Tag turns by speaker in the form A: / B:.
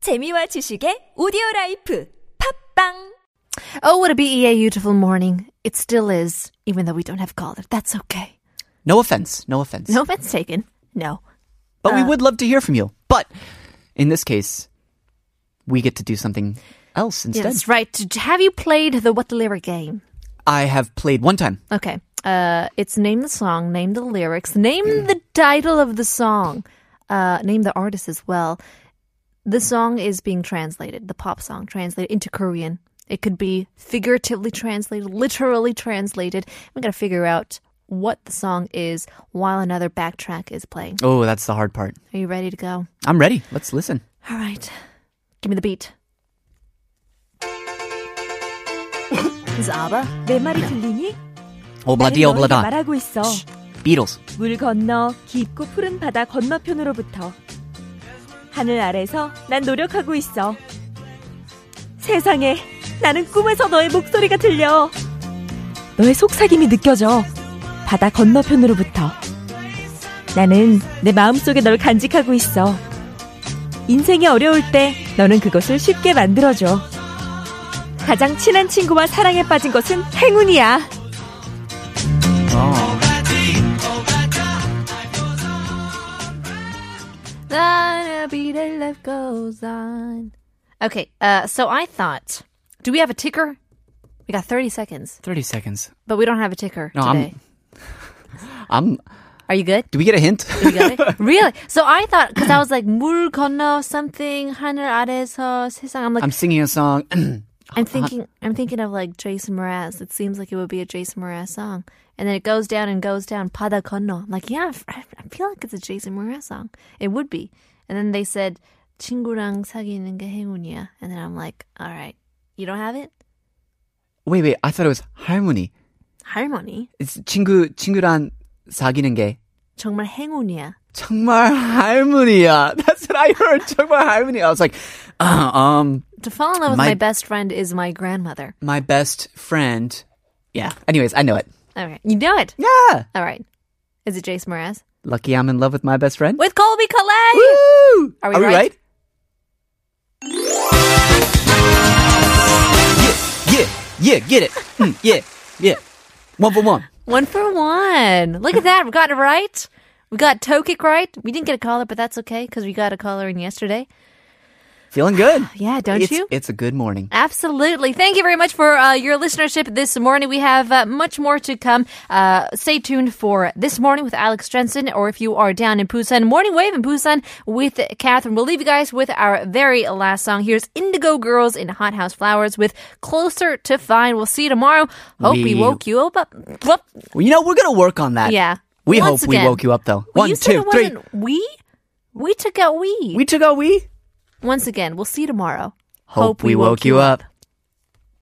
A: 재미와 지식의 오디오 라이프 팝빵
B: Oh, would it be a beautiful morning? It still is, even though we don't have caller. That's okay.
C: No offense. No offense.
B: No uh, offense taken. No.
C: But we would love to hear from you. But in this case, we get to do something else instead.
B: Yes, right. J- Have you played the What the Lyric game?
C: I have played one time.
B: Okay. Uh, it's name the song, name the lyrics, name the title of the song, uh, name the artist as well. The song is being translated, the pop song translated into Korean. It could be figuratively translated, literally translated. We gotta figure out what the song is while another backtrack is playing.
C: Oh, that's the hard part.
B: Are you ready to go?
C: I'm ready. Let's listen.
B: All right. Give me the beat. Is ABBA?
D: 내 말이 들리니?
C: Obladi
D: 나는 너희가
C: oblada.
D: 말하고 있어.
C: Beatles.
D: 물 건너 깊고 푸른 바다 건너편으로부터 하늘 아래서 난 노력하고 있어. 세상에 나는 꿈에서 너의 목소리가 들려. 너의 속삭임이 느껴져. 바다 건너편으로부터 나는 내 마음속에 널 간직하고 있어. 인생이 어려울 때 너는 그것을 쉽게 만들어줘. 가장 친한 친구와 사랑에 빠진 것은 행운이야.
B: That beat of love goes on. Okay, uh, so I thought, do we have a ticker? We got 30 seconds,
C: 30 seconds.
B: but we don't have a ticker
C: No, I'm-
B: today.
C: I'm
B: Are you good?
C: Do we get a hint?
B: You got it? really? So I thought, because I was like, 물 건너 something, 하늘 아래서 세상. I'm like,
C: I'm singing a song.
B: I'm thinking, I'm thinking of like Jason Mraz. It seems like it would be a Jason Mraz song, and then it goes down and goes down. Pada Kono. I'm like, yeah, I I feel like it's a Jason Mraz song. It would be. And then they said, 친구랑 사귀는 게 행운이야. And then I'm like, all right, you don't have it,
C: wait, wait. I thought it was harmony.
B: 할머니.
C: It's 친구 친구랑 사귀는 게
B: 정말 행운이야.
C: 정말 할머니야. That's what I heard. 정말 할머니. I was like, uh, um,
B: To fall in love with my,
C: My-
B: best friend is my grandmother.
C: my best friend. Yeah. Anyways, I know it.
B: All right, you know it.
C: Yeah.
B: All right, is it Jason Mraz
C: Lucky I'm in love with my best friend.
B: with Colby Collette?
C: Woo!
B: Are we right?
C: Yeah, yeah, yeah, get it. Mm, yeah, yeah. One for one.
B: One for one. Look at that. We got it right. We got toe kick right. We didn't get a caller, but that's okay because we got a caller in yesterday.
C: Feeling good.
B: Yeah, don't
C: it's,
B: you?
C: It's a good morning.
B: Absolutely. Thank you very much for uh, your listenership this morning. We have uh, much more to come. Uh, stay tuned for This Morning with Alex Jensen, or if you are down in Busan, Morning Wave in Busan with Catherine. We'll leave you guys with our very last song. Here's Indigo Girls in Hothouse Flowers with Closer to Fine. We'll see you tomorrow. Hope we,
C: We-
B: woke you up. up.
C: Well, you know, we're going to work on that.
B: Yeah.
C: We
B: Once
C: hope
B: again.
C: we woke you up, though.
B: Well,
C: One,
B: you said
C: two,
B: it
C: three.
B: wasn't We? We took out we.
C: We took our we.
B: Once again, we'll see you tomorrow.
C: Hope we woke you up.